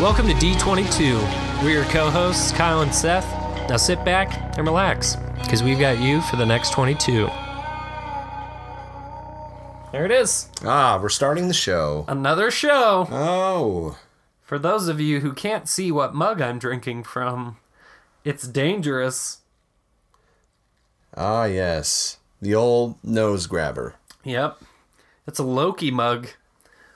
Welcome to D22. We're your co hosts, Kyle and Seth. Now sit back and relax, because we've got you for the next 22. There it is. Ah, we're starting the show. Another show. Oh, For those of you who can't see what mug I'm drinking from, it's dangerous. ah, yes. The old nose grabber. Yep. It's a Loki mug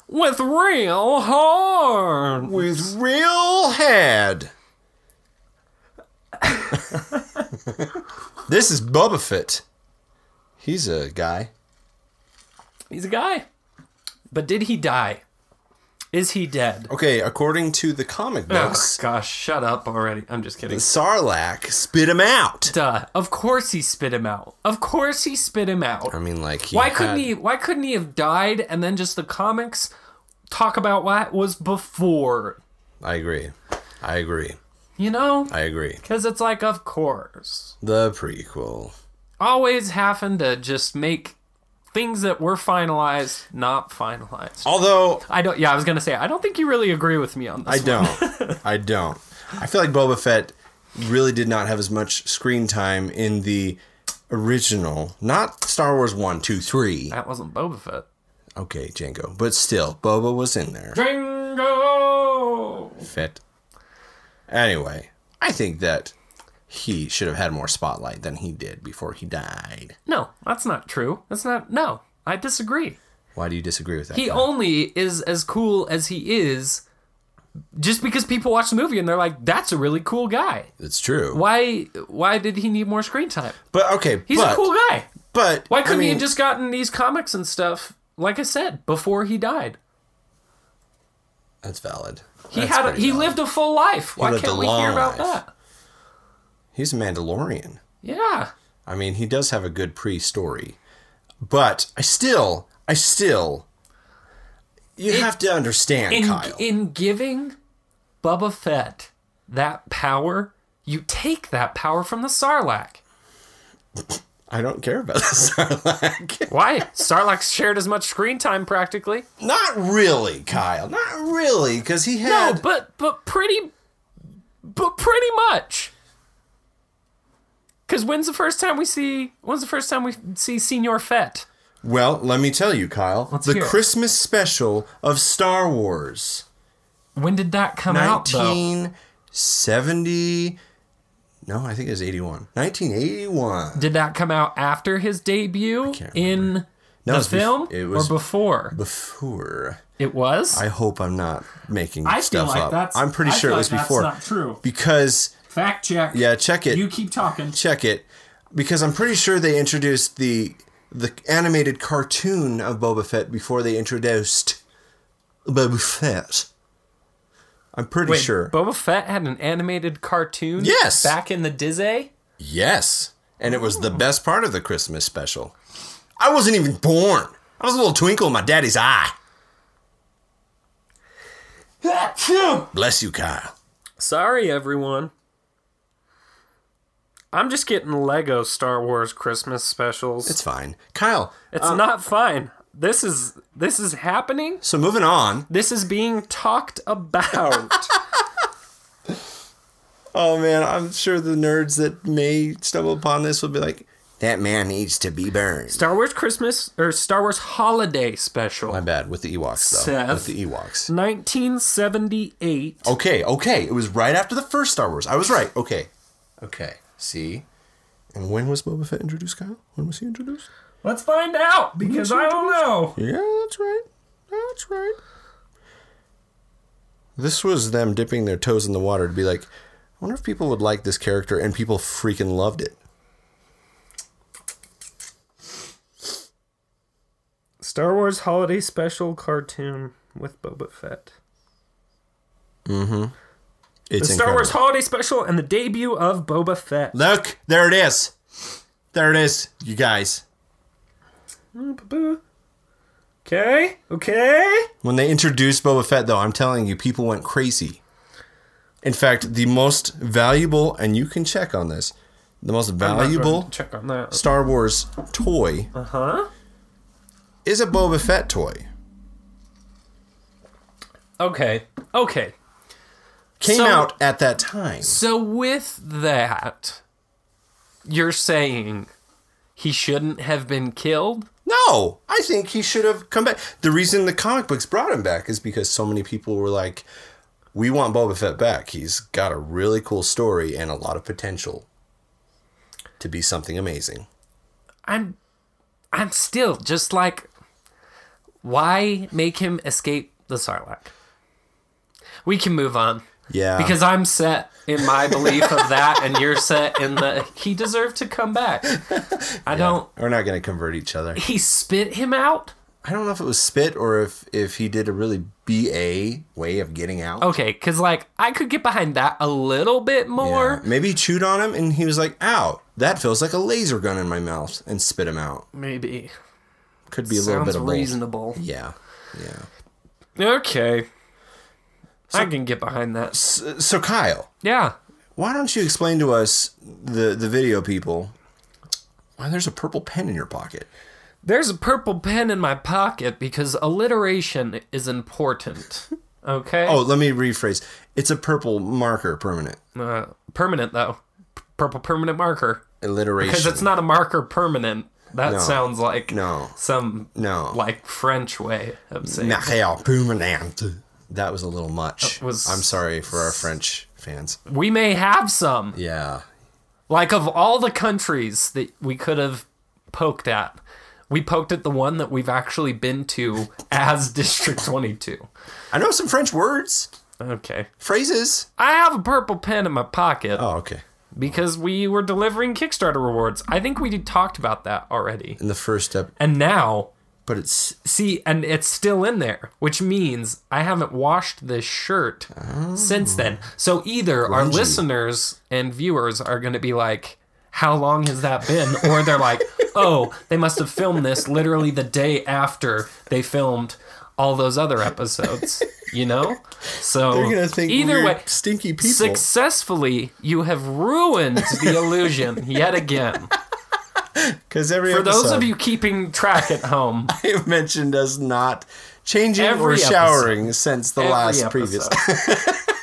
with real horn. With real head. this is Boba Fett. He's a guy. He's a guy. But did he die? Is he dead? Okay, according to the comic Oh, books, gosh, shut up already. I'm just kidding. Sarlacc spit him out. Duh. Of course he spit him out. Of course he spit him out. I mean, like, he Why couldn't had- he why couldn't he have died and then just the comics talk about what was before? I agree. I agree. You know? I agree. Cuz it's like of course. The prequel. Always having to just make things that were finalized not finalized. Although I don't yeah, I was going to say I don't think you really agree with me on this. I don't. I don't. I feel like Boba Fett really did not have as much screen time in the original, not Star Wars 1, 2, 3. that wasn't Boba Fett. Okay, Django. But still, Boba was in there. Django. Fett. Anyway, I think that he should have had more spotlight than he did before he died. No, that's not true. That's not No, I disagree. Why do you disagree with that? he Kyle? only is as cool as he is just because people watch the movie and they're like that's a really cool guy it's true. why why did he need more screen time But okay, he's but, a cool guy But why couldn't I he mean, have just gotten these comics and stuff like i said before he died That's valid. he That's had a, pretty he valid. lived a full life why lived a can't we long hear about life. that He's a Mandalorian. yeah I mean, he does have a good pre-story, but I still, I still, you have to understand, in, Kyle. in giving Bubba Fett that power you take that power from the sarlacc I don't care about the Sarlacc. why sarlacc shared as much screen time practically Not really, Kyle. Not really, because he No, had. but but pretty, but pretty much. Because when's the first time we see? When's the first time we see Senor Fett? Well, let me tell you, Kyle. the hear it. Christmas special of Star Wars, When did that come out? Though nineteen seventy. No, I think it was eighty-one. Nineteen eighty-one. did that come out after his debut can't in No, it the was bef- film it was- or before? Before. It was. I hope I'm not making I feel stuff like up. that's- I'm pretty I sure feel it like was that's before. not true. Because Fact check. yeah, check it. keep talking. check it. Because I'm pretty sure they introduced the the animated cartoon of Boba Fett before they introduced Boba Fett. I'm pretty Wait, sure. Boba Fett had an animated cartoon. Yes. Back in the Dizzy. yes, and it was the best part of the Christmas special. I wasn't even born. I was a little twinkle in my daddy's eye. Bless you, Kyle. Sorry, everyone. I'm just getting Lego Star Wars Christmas specials. It's uh, fine, Kyle. It's not fine. This is this is happening. So moving on. This is being talked about. Oh man, I'm sure the nerds that may stumble upon this will be like, "That man needs to be burned." Star Wars Christmas or Star Wars Holiday Special, My bad with the Ewoks though. Seth. With the Ewoks. 1978. Okay, okay. It was right after the first Star Wars. I was right. Okay, okay. See. And when was Boba Fett introduced, Kyle? When was he introduced? Let's find out because I don't know. Yeah, that's right. That's right. This was them dipping their toes in the water to be like, I wonder if people would like this character, and people freaking loved it. Star Wars Holiday Special cartoon with Boba Fett. It's The Star Wars incredible. Holiday Special and the debut of Boba Fett. Look, there it is. There it is, you guys. Okay, okay. When they introduced Boba Fett, though, I'm telling you, people went crazy. In fact, the most valuable, and you can check on this, the most valuable Check on that. Star Wars toy Uh huh. is a Boba Fett toy. Okay. Okay. came So- out at that time. So with that, you're saying he shouldn't have been killed? No, I think he should have come back. The reason the comic books brought him back is because so many people were like, "We want Boba Fett back. He's got a really cool story and a lot of potential to be something amazing." I'm I'm still just like why make him escape the Sarlacc? We can move on. Yeah, Because I'm set in my belief of that and you're set in the he deserved to come back. I don't we're not going to convert each other. he spit him out? I don't know if it was spit or if if he did a really ba way of getting out. Okay, cuz like I could get behind that a little bit more. Yeah. Maybe he chewed on him and he was like, "Ow, that feels like a laser gun in my mouth," and spit him out. Maybe. Could be a little Sounds bit of both. reasonable. Yeah, yeah. Okay. I can get behind that. So, so Kyle, Yeah. why don't you explain to us the the video people why there's a purple pen in your pocket? There's a purple pen in my pocket because alliteration is important. Okay? Oh, let me rephrase. It's a purple marker permanent Uh, permanent, though. P- purple permanent marker. alliteration. Because it's not a marker permanent. That No. sounds like No. some No. like French way of saying Nahel permanent. That was a little much. was- I'm sorry for our French fans. we may have some. Yeah. Like of all the countries that we could have poked at, we poked at the one that we've actually been to as District 22. I know some French words, Okay. phrases. I have a purple pen in my pocket Oh, okay. because we were delivering Kickstarter rewards. I think we talked about that already. In the first step, And now, but it's see, and it's still in there, which means I haven't washed this shirt since then. So either our Grungy. listeners and viewers are going to be like, how long has that been? Or they're like, oh, they must have filmed this literally the day after they filmed all those other episodes, you know? So You're gonna think either we're way, stinky people. Successfully, you have ruined the illusion yet again. Because every For those of episode you keeping track at home, they've mentioned us not changing or Every showering since the every last episode. previous.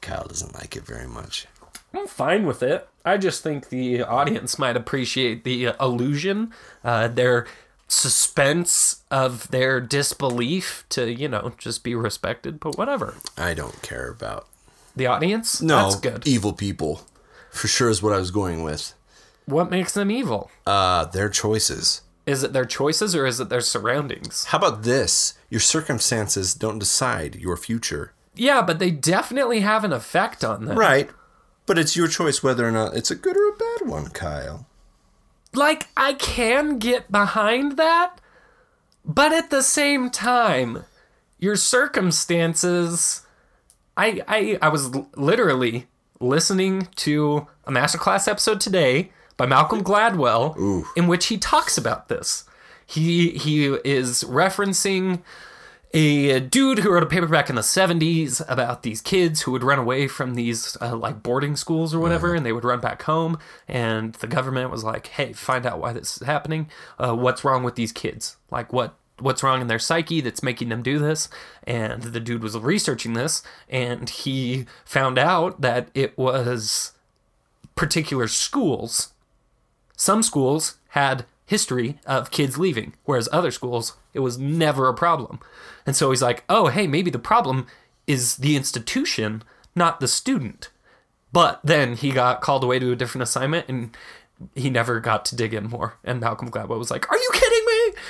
Kyle doesn't like it very much. I'm fine with it. I just think the audience might appreciate the uh, illusion, uh, their suspense of their disbelief to, you know, just be respected, but whatever. I don't care about The audience? no That's good. evil people. For sure is what I was going with. What makes them evil? Uh, their choices. Is it their choices or is it their surroundings? How about this? Your circumstances don't decide your future. Yeah, but they definitely have an effect on them. Right. But it's your choice whether or not it's a good or a bad one, Kyle. like I can get behind that, but at the same time, your circumstances. I I I was l- literally listening to a masterclass episode today by Malcolm Gladwell, in which he talks about this. He he is referencing a dude who wrote a paperback in the 70s about these kids who would run away from these uh, like boarding schools or whatever and they would run back home and the government was like hey find out why this is happening uh, what's wrong with these kids like what what's wrong in their psyche that's making them do this and the dude was researching this and he found out that it was particular schools some schools had history of kids leaving whereas other schools it was never a problem and so he's like oh hey maybe the problem is the institution not the student but then he got called away to a different assignment and he never got to dig in more and malcolm gladwell was like are you kidding me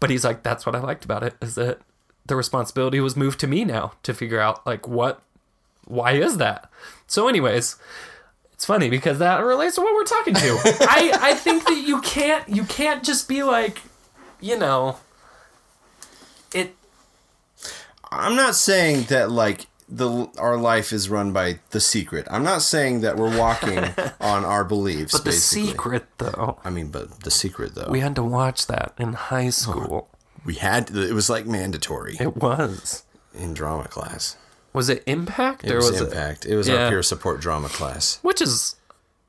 but he's like that's what i liked about it is that the responsibility was moved to me now to figure out like what why is that so anyways it's funny because that relates to what we're talking to. I, I think that you can't you can't just be like, you know, it I'm not saying that like the our life is run by the secret. I'm not saying that we're walking on our beliefs. the basically. secret though. I mean, but the secret though. We We, had to watch that in high school. had to, it was like mandatory It was. in drama class. Was it Impact It or was, was it impact. It, was Yeah. our peer support drama class. which is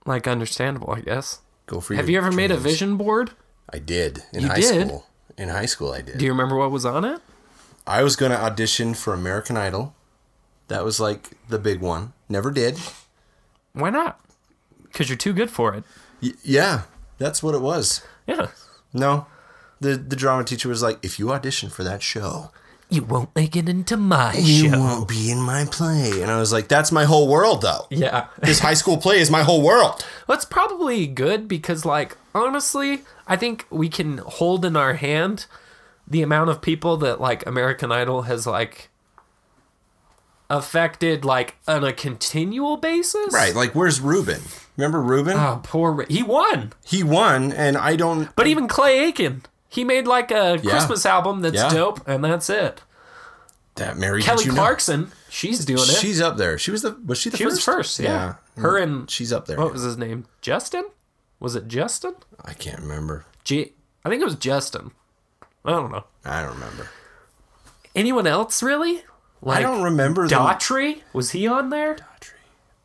like understandable, I guess. Go for Have you your ever made a dreams. vision board? I did in You high did? school. In high school, I did. Do you remember what was on it? I was going to audition for American Idol. That was like the big one. Never did. Why not? Because you're too good for it. Y- yeah, that's what it was. Yeah. No. The the drama teacher was like, if you audition for that show, You won't make it into my you show. won't be in my play. And I was like, that's my whole world though. Yeah. This high school play is my whole world. That's probably good because, like, honestly, I think we can hold in our hand the amount of people that, like, American Idol has, like, affected, like, on a continual basis. Right. Like where's Ruben? Remember Ruben? Oh, poor. Ra- He won. he won and I don't But even Clay Aiken, he made, like, a Christmas album that's Yeah. dope, and that's it. that Mary Kelly did you know? Clarkson, she's doing it. She's up there. She was the was she the She first? was first, yeah. Yeah. Her and She's up there. what was his name? Justin? Was it Justin? I can't remember. G- I think it was Justin. I don't know. I don't remember. Anyone else really? Like I don't remember the Daughtry? Was he on there?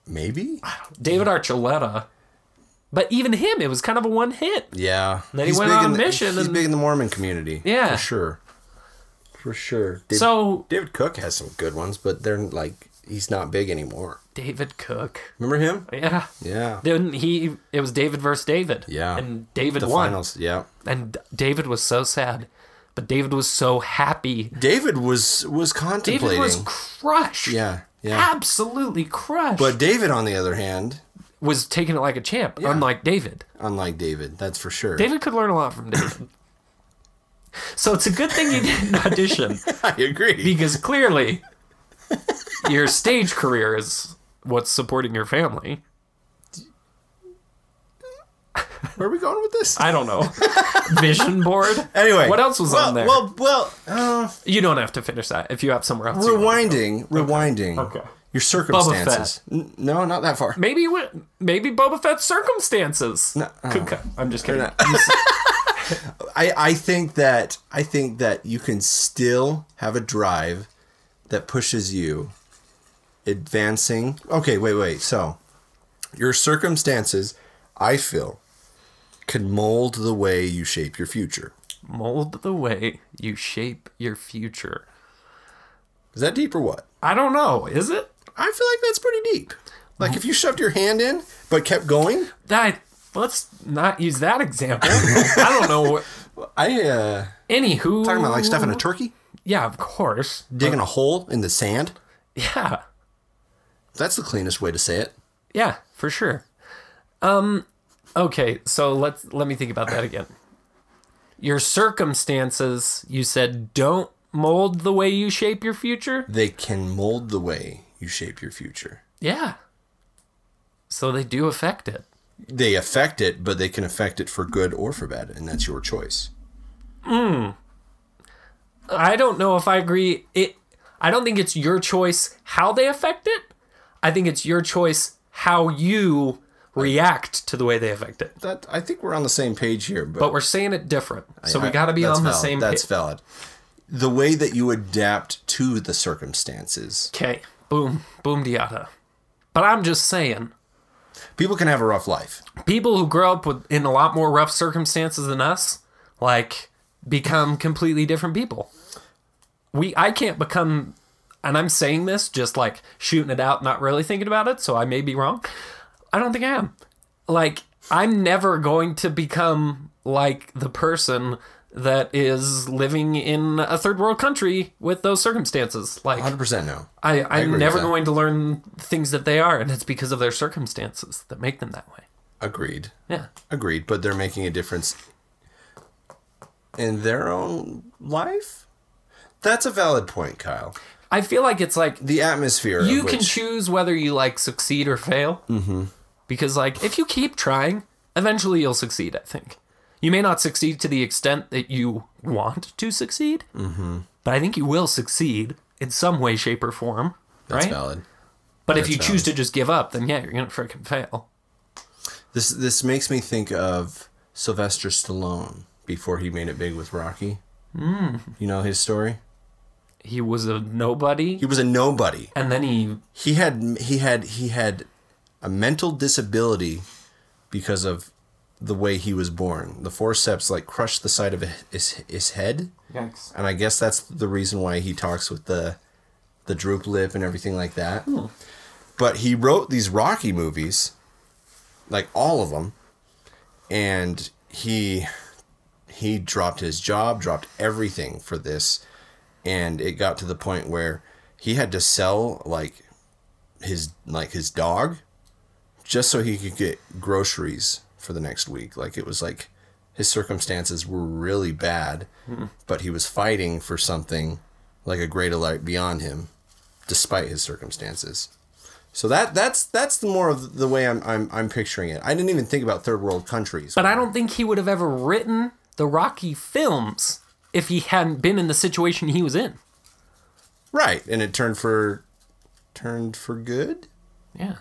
Maybe? Ah. David Archuleta. But even him, it was kind of a one hit. Yeah. he went big on in a the- mission He's and- big in the Mormon community. Yeah. For sure. For sure. David, So David Cook has some good ones, but they're like he's not big anymore. David Cook. Remember him? Yeah. Yeah. Then he it was David versus David. Yeah. And David The won. finals. Yeah. And David was so sad. But David was so happy. David was was David contemplating. was crushed. yeah. Yeah. Absolutely crushed. But David on the other hand, was taking it like a champ, unlike David. unlike David, that's for sure. David could learn a lot from David. so it's a good thing you didn't audition I agree. because clearly your stage career is what's supporting your family. Where are we going with this? I don't know. Vision board. Anyway, What else was well, on there? Well, well, uh, you don't have to finish that if you have somewhere else. you want. rewinding, rewinding. Okay. Your circumstances. N- no, not that far. Maybe we- maybe Boba Fett's circumstances. could uh-huh. come. I'm just kidding. I, I think that I think that you can still have a drive that pushes you advancing. Okay, wait, wait. So your circumstances, I feel, can mold the way you shape your future. Mold the way you shape your future. Is that deep or what? I don't know. Is it? I feel like that's pretty deep. Like if you shoved your hand in but kept going, that let's not use that example. I don't know. What, I uh anywho, talking about like stuffing a turkey, yeah, of course, digging a hole in the sand. yeah, That's the cleanest way to say it. yeah, for sure. Um, okay, so let's let me think about that again. Your circumstances, you said, don't mold the way you shape your future. They can mold the way you shape your future. Yeah, so they do affect it. they affect it, but they can affect it for good or for bad, and that's your choice. I don't know if I agree. It. I don't think it's your choice how they affect it. I think it's your choice how you react to the way they affect it. That I think we're on the same page here, but, But we're saying it different, so we I- got to be that's on the valid. same That's page. valid. The way that you adapt to the circumstances, Okay, boom, boom, diata. But I'm just saying, people can have a rough life. people who grow up with in a lot more rough circumstances than us, like, become completely different people. We, I can't become, and I'm saying this just like shooting it out, not really thinking about it, so I may be wrong. I don't think I am. Like, I'm never going to become like the person that is living in a third world country with those circumstances. Like, Hundred percent no. I, I'm with never that. going to learn things that they are, and it's because of their circumstances that make them that way. Agreed. Yeah. Agreed. But they're making a difference in their own life. That's a valid point, Kyle. I feel like it's like The atmosphere. you of can which- choose whether you like succeed or fail. Mm-hmm. Because, like, if you keep trying, eventually you'll succeed, I think. You may not succeed to the extent that you want to succeed, mm-hmm. but I think you will succeed in some way, shape, or form. That's right? valid. But if you choose to just give up, then yeah, you're going to freaking fail. This this makes me think of Sylvester Stallone before he made it big with Rocky. Mm. You know his story. He was a nobody, He was a nobody. and then he He had he had he had a mental disability because of the way he was born. The forceps like crushed the side of his his head, and I guess that's the reason why he talks with the the droop lip and everything like that. But he wrote these Rocky movies, like all of them, and he he dropped his job, dropped everything for this, and it got to the point where he had to sell like his like his dog just so he could get groceries for the next week. Like it was like his circumstances were really bad, but he was fighting for something like a greater light beyond him, despite his circumstances. So that that's that's the more of the way I'm I'm I'm picturing it. I didn't even think about third world countries. But I don't think he would have ever written the Rocky films if he hadn't been in the situation he was in. right, and it turned for turned for good. Yeah.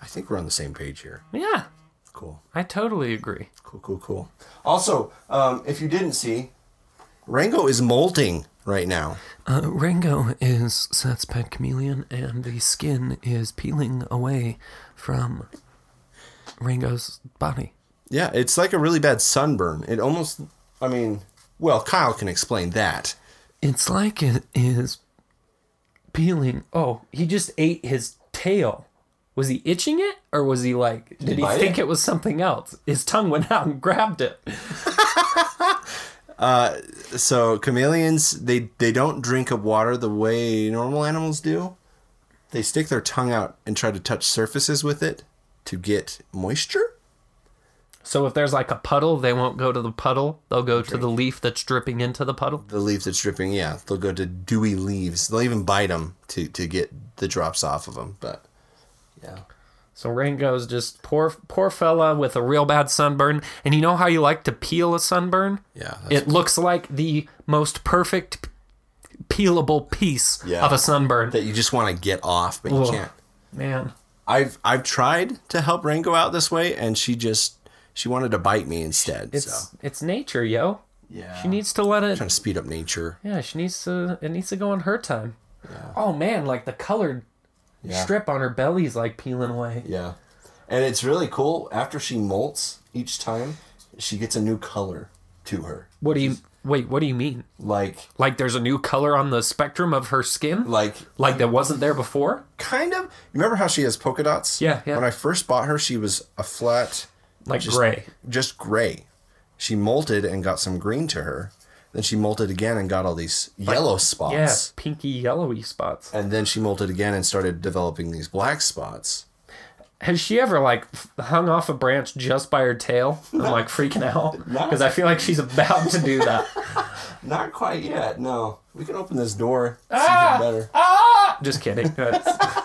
I think we're on the same page here. Yeah. Cool. I totally agree. Cool, cool, cool. Also, um, if you didn't see, Rango is molting right now. Uh, Rango is Seth's pet chameleon, and the skin is peeling away from Rango's body. Yeah, it's like a really bad sunburn. It almost, I mean, well, Kyle can explain that. It's like it is peeling. Oh, he just ate his tail. Was he itching it, or was he like? Did he bite think it? was something else? His tongue went out and grabbed it. So chameleons, they they don't drink up water the way normal animals do. They stick their tongue out and try to touch surfaces with it to get moisture. So if there's like a puddle, they won't go to the puddle. They'll go to the leaf that's dripping into the puddle. The leaves that's dripping, yeah, they'll go to dewy leaves. They'll even bite them to to get the drops off of them. But yeah, So Rango's just poor, poor fella with a real bad sunburn. And you know how you like to peel a sunburn? yeah, that's It looks like the most perfect p- peelable piece Yeah. of a sunburn. that you just want to get off, but you Ugh. can't. Man, I've I've tried to help Rango out this way, and she just she wanted to bite me instead. it's so it's nature, yo. yeah, She needs to let it. trying to speed up nature. Yeah, she needs to. It needs to go on her time. Oh man, like the colored Yeah. strip on her belly is like peeling away. Yeah, and it's really cool. After she molts each time, she gets a new color to her. What do you wait? What do you mean? Like Like there's a new color on the spectrum of her skin? like like that wasn't there before? kind of. Remember how she has polka dots? Yeah, yeah. When I first bought her, she was a flat, Like just gray. just gray. She molted and got some green to her. Then she molted again and got all these yellow spots. Yeah, pinky yellowy spots. and then she molted again and started developing these black spots. Has she ever like f- hung off a branch just by her tail? I'm like freaking out because I feel like she's about to do that. Not quite yet. No, we can open this door. See Ah! better. just kidding. That's-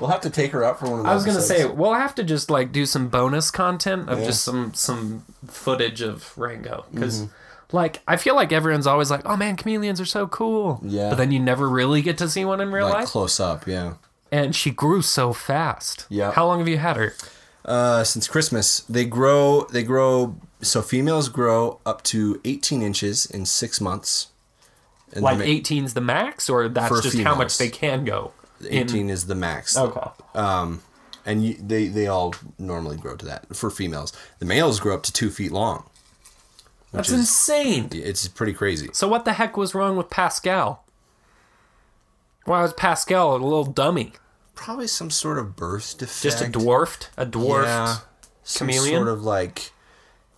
We'll have to take her out for one of. I was gonna say we'll have to just like do some bonus content of just some some footage of Rango because. Mm-hmm. Like I feel like everyone's always like, "Oh man, chameleons are so cool." Yeah. But then you never really get to see one in real like life. close up. Yeah. and she grew so fast. Yeah. How long have you had her? Uh, since Christmas, they grow. They grow. So females grow up to 18 inches in six months. And Like the ma- 18's the max, or that's For just how females. much they can go. 18 is the max. And you, they they all normally grow to that for females. The males grow up to two feet long. That's is- insane. It's pretty crazy. So what the heck was wrong with Pascal? Why was Pascal a little dummy? Probably some sort of birth defect. Just a dwarfed, a dwarfed. some chameleon? sort of like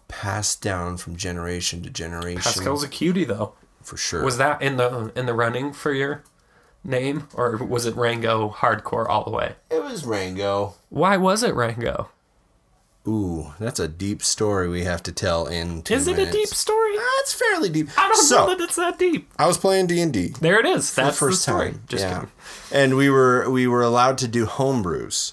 passed down from generation to generation Pascal's a cutie though. for sure. Was that in the in the running for your name, or was it Rango hardcore all the way? it was Rango. Why was it Rango? Ooh, that's a deep story we have to tell in two Is it a deep minutes. story? That's fairly deep. I don't so, know that it's that deep. I was playing D and D There it is. That's first the story. time. Just yeah. kidding. And we were we were allowed to do homebrews.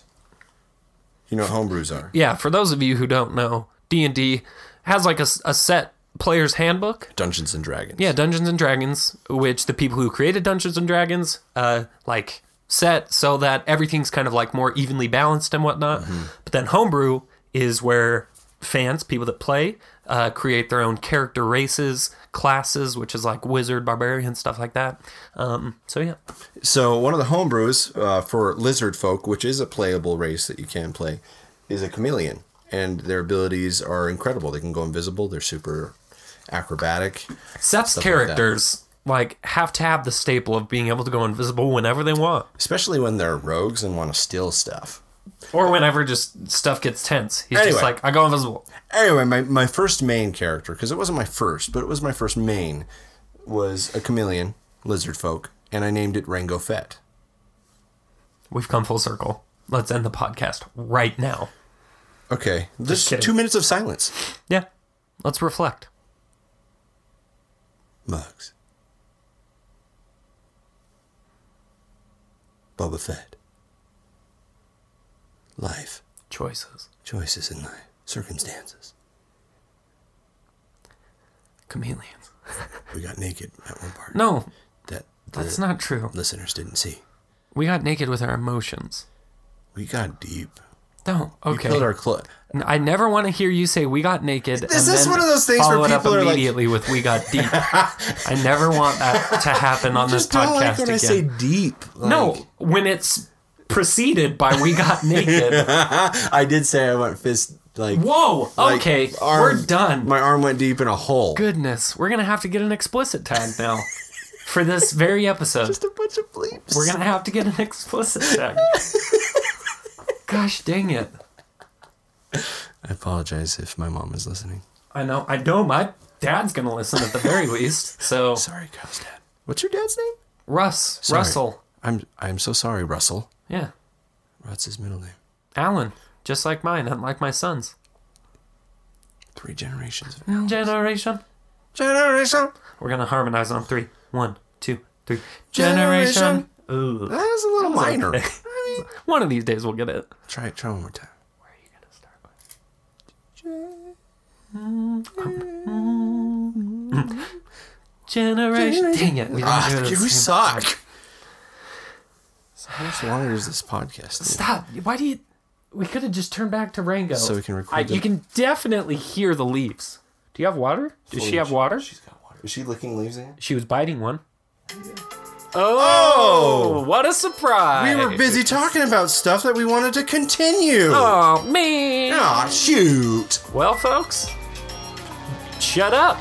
You know what homebrews are? yeah, for those of you who don't know, D and D has like a, s- a set player's handbook. Dungeons and Dragons. Yeah, Dungeons and Dragons, which the people who created Dungeons and Dragons, uh, like set so that everything's kind of like more evenly balanced and whatnot. Mm-hmm. But then homebrew is where fans, people that play, uh, create their own character races, classes, which is like wizard, barbarian, stuff like that. Um, so yeah, So one of the homebrews uh, for lizard folk, which is a playable race that you can play, is a chameleon, and their abilities are incredible. They can go invisible. They're super acrobatic. Seth's like that. characters like have to have the staple of being able to go invisible whenever they want, Especially when they're rogues and want to steal stuff. or whenever just stuff gets tense. He's Anyway. just like, I go invisible. Anyway, my, my first main character, because it wasn't my first, but it was my first main, was a chameleon, lizard folk, and I named it Rango Fett. We've come full circle. Let's end the podcast right now. Okay. This kidding. two minutes of silence. Yeah, let's reflect. Mugs. Boba Fett. Life. Choices. Choices in life. Circumstances. Chameleons. We got naked at one part No, that the that's not true. listeners didn't see. We got naked with our emotions. We got deep. No, okay. We peeled our clo- N- I never want to hear you say we got naked. This is one of those things where people are like- immediately with we got deep. I never want that to happen on this Just don't podcast like when again. I say deep. Like, no, when it's preceded by we got naked. I did say I went fist like. Whoa. like, Okay, arm- we're done. My arm went deep in a hole. Goodness, we're gonna have to get an explicit tag now for this very episode. Just a bunch of bleeps. We're gonna have to get an explicit tag. Gosh dang it! I apologize if my mom is listening. I know. I know. My dad's gonna listen at the very least. So Sorry, Kyle's dad. What's your dad's name? Russ, Sorry. Russell, I'm I'm so sorry, Russell. yeah, What's his middle name? Alan, just like mine, unlike my son's Three generations. of- generation. Generation. We're gonna harmonize on three. One, two, three. Generation. Ooh. That was a little minor. okay. One of these days we'll get it. try it. Try one more time. Where are you gonna start with? Generation. Dang it. We didn't Ah, do it at you the same suck. time. How much longer is this podcast? Stop. Why do you. We could have just turned back to Rango. So we can record I, the- You can definitely hear the leaves. Do you have water? Does she have water? She's got water. Is she licking leaves in? She was biting one. Oh, what a surprise. We were busy talking about stuff that we wanted to continue. Oh, man. Aw, shoot. Well, folks, shut up.